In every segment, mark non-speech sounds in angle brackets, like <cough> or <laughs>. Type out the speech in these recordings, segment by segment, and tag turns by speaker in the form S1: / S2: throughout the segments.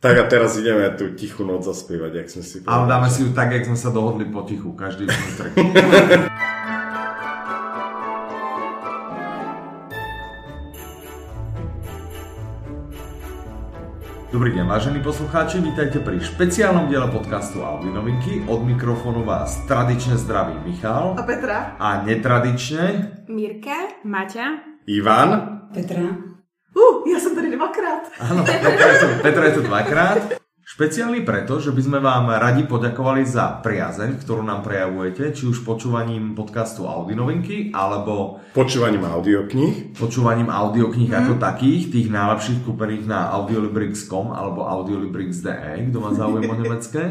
S1: Tak a teraz ideme tú tichú noc zaspievať, jak sme si
S2: Ale dáme si ju tak, jak sme sa dohodli potichu, každý svoj track. Dobrý deň, vážení poslucháči, vítajte pri špeciálnom diele podcastu Audi Novinky. Od mikrofónu vás tradične zdraví Michal
S3: A Petra?
S2: a netradične
S4: Mirka, Maťa,
S1: Ivan?
S5: Petra.
S3: Uh, ja som tady dvakrát.
S2: Áno, Petra je, tu, Petra je tu dvakrát. Špeciálny preto, že by sme vám radi poďakovali za priazeň, ktorú nám prejavujete, či už počúvaním podcastu Audi novinky, alebo
S1: Počúvaním audiokníh.
S2: počúvaním audiokníh ako takých, tých najlepších kúpených na audiolibrix.com alebo audiolibrix.de, e. kto má záujem o nemecké.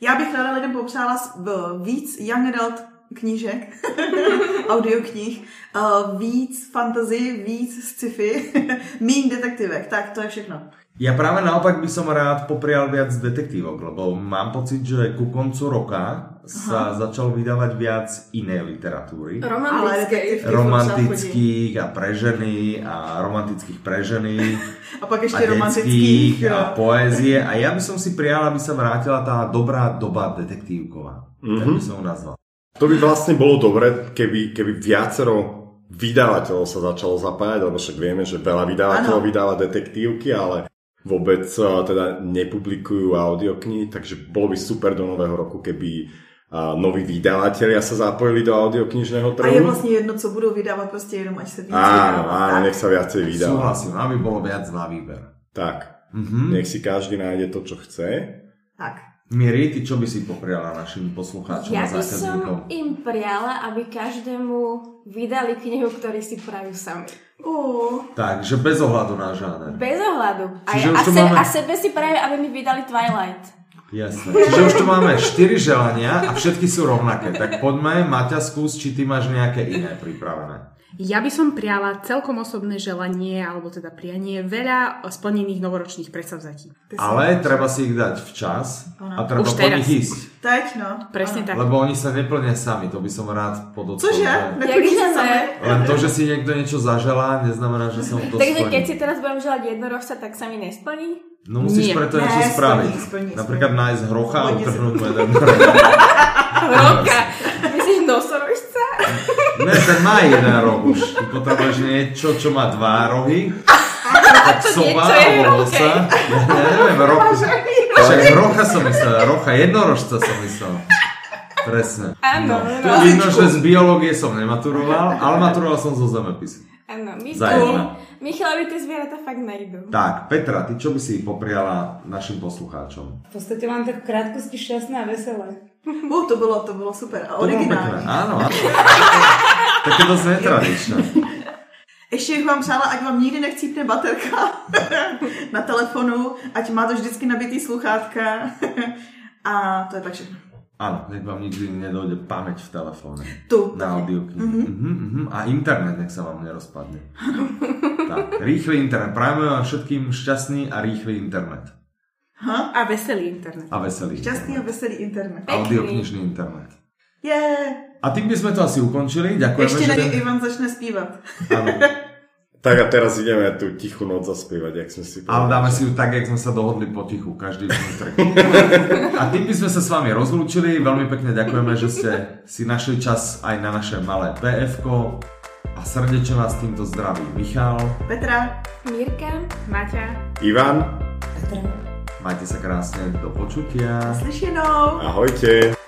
S3: Já bych ráda lidem popřála s- v- víc young adult knížek, <laughs> audioknih, eh, víc fantasy, víc sci-fi, <laughs> mín detektivek, tak to je všechno.
S2: Ja práve naopak by som rád poprial viac detektívok, lebo mám pocit, že ku koncu roka sa začal vydávať viac inej literatúry.
S4: romantické.
S2: romantických a pre ženy a romantických pre ženy
S3: A
S2: a
S3: pak ještě romantických.
S2: detských a poézie a ja by som si prijala, aby sa vrátila tá dobrá doba detektívková. Mm-hmm. Tak by som ju nazval.
S1: To by vlastne bolo dobre, keby, keby viacero vydavateľov sa začalo zapájať, lebo však vieme, že veľa vydavateľov
S3: Áno.
S1: vydáva detektívky, ale vôbec eh, teda nepublikujú audioknihy, takže bolo by super do nového roku, keby a noví vydavatelia sa zapojili do audioknižného
S3: A je
S1: trhu.
S3: vlastně jedno, co budou vydávat, prostě jenom až se víc
S1: Áno,
S3: vydává,
S1: áno,
S3: tak?
S1: nech sa viacej vydá.
S2: Súhlasím, aby bolo viac na výber.
S1: Tak,
S2: Mm-hmm.
S1: nech si každý nájde to, čo chce.
S3: tak.
S2: Miri, ty čo by si popriala našim poslucháčom a
S4: Ja by som
S2: zákazníkom?
S4: im priala, aby každému vydali knihu, ktorý si prajú sami.
S3: Uh,
S2: Takže bez ohľadu na žáner.
S4: Bez ohľadu. A,
S2: Čiže
S4: ja,
S2: už
S4: a,
S2: tu
S4: se,
S2: máme-
S4: a sebe si prajú, aby mi vydali Twilight.
S2: Jasné. Čiže už tu máme 4 želania a všetky sú rovnaké. Tak poďme, Maťa, skús, či ty máš nejaké iné pripravené.
S6: Ja by som priala celkom osobné želanie, alebo teda prianie, veľa splnených novoročných predsavzatí.
S2: Ale treba si ich dať včas a treba po
S6: Už teraz.
S2: nich ísť.
S3: teď no.
S6: Presne tak.
S2: Lebo oni sa neplnia sami, to by som rád podotkol.
S3: Cože?
S2: že-
S3: Nechodíš sami?
S4: Jak chceme.
S2: Len to, že si niekto niečo zaželá, neznamená, že sa mu to
S4: Takže
S2: splní.
S4: keď si teraz budem želať jednorožca, tak sa mi nesplní. <laughs>
S2: No musíš
S6: Nie.
S2: preto
S3: Ne,
S2: niečo
S3: splní,
S2: spraviť.
S3: splní,
S2: Napríklad nájsť hrocha a
S3: Hodí si-
S2: utrhnúť mu jeden
S4: Roka! Myslíš nosorožca?
S2: Ne, ten má jeden roh už. Ty potrebuješ niečo, čo má dva
S4: <laughs>
S2: rohy. Tak sova
S4: niečo je v
S2: alebo
S4: rohe.
S2: losa. Ja neviem, roh. Však rocha som myslel, rocha, jednorožca som myslel. Presne.
S4: Áno,
S2: Tu
S4: no.
S2: vidno, že z biológie som nematuroval, ale maturoval som zo zemepisu.
S4: Áno, my
S2: Zajedno.
S4: Michalovi tie zvieratá fakt najdú.
S2: Tak, Petra, ty čo by si popriala našim poslucháčom?
S5: V podstate len tak v krátkosti šťastné a veselé.
S3: Uh, to bylo, to bylo super. A
S2: To bolo pekné.
S3: originální.
S2: <laughs> Áno, áno. Také dosť netradičné.
S3: Ještě bych vám přála, ať vám nikdy nechcípne baterka na telefonu, ať máte vždycky nabitý sluchátka. A to je tak všechno.
S2: Áno, nech vám nikdy nedojde pamäť v telefóne.
S3: Tu.
S2: Na audioknihy. Mhm, mhm. A internet nech sa vám nerozpadne. tak, rýchly internet. Prajme vám všetkým šťastný a rýchly internet.
S6: A veselý internet.
S2: A veselý.
S3: Šťastný a
S2: internet.
S3: veselý internet.
S2: Audioknižný internet.
S3: Je! Yeah.
S2: A tým by sme to asi ukončili. Ďakujeme,
S3: Ještě na
S2: že...
S3: ně Ivan začne zpívat.
S2: Áno.
S1: Tak a teraz ideme tú tichú noc zaspievať, jak sme si
S2: Ale dáme si ju tak, jak sme sa dohodli potichu, každý svoj track. A tým by sme sa s vami rozlúčili. Veľmi pekne ďakujeme, že ste si našli čas aj na naše malé pf A srdečne vás týmto zdraví Michal.
S3: Petra,
S4: Mirka,
S6: Maťa,
S1: Ivan,
S5: Petra.
S2: Majte sa krásne, do počutia.
S3: slyšenou!
S1: ahojte.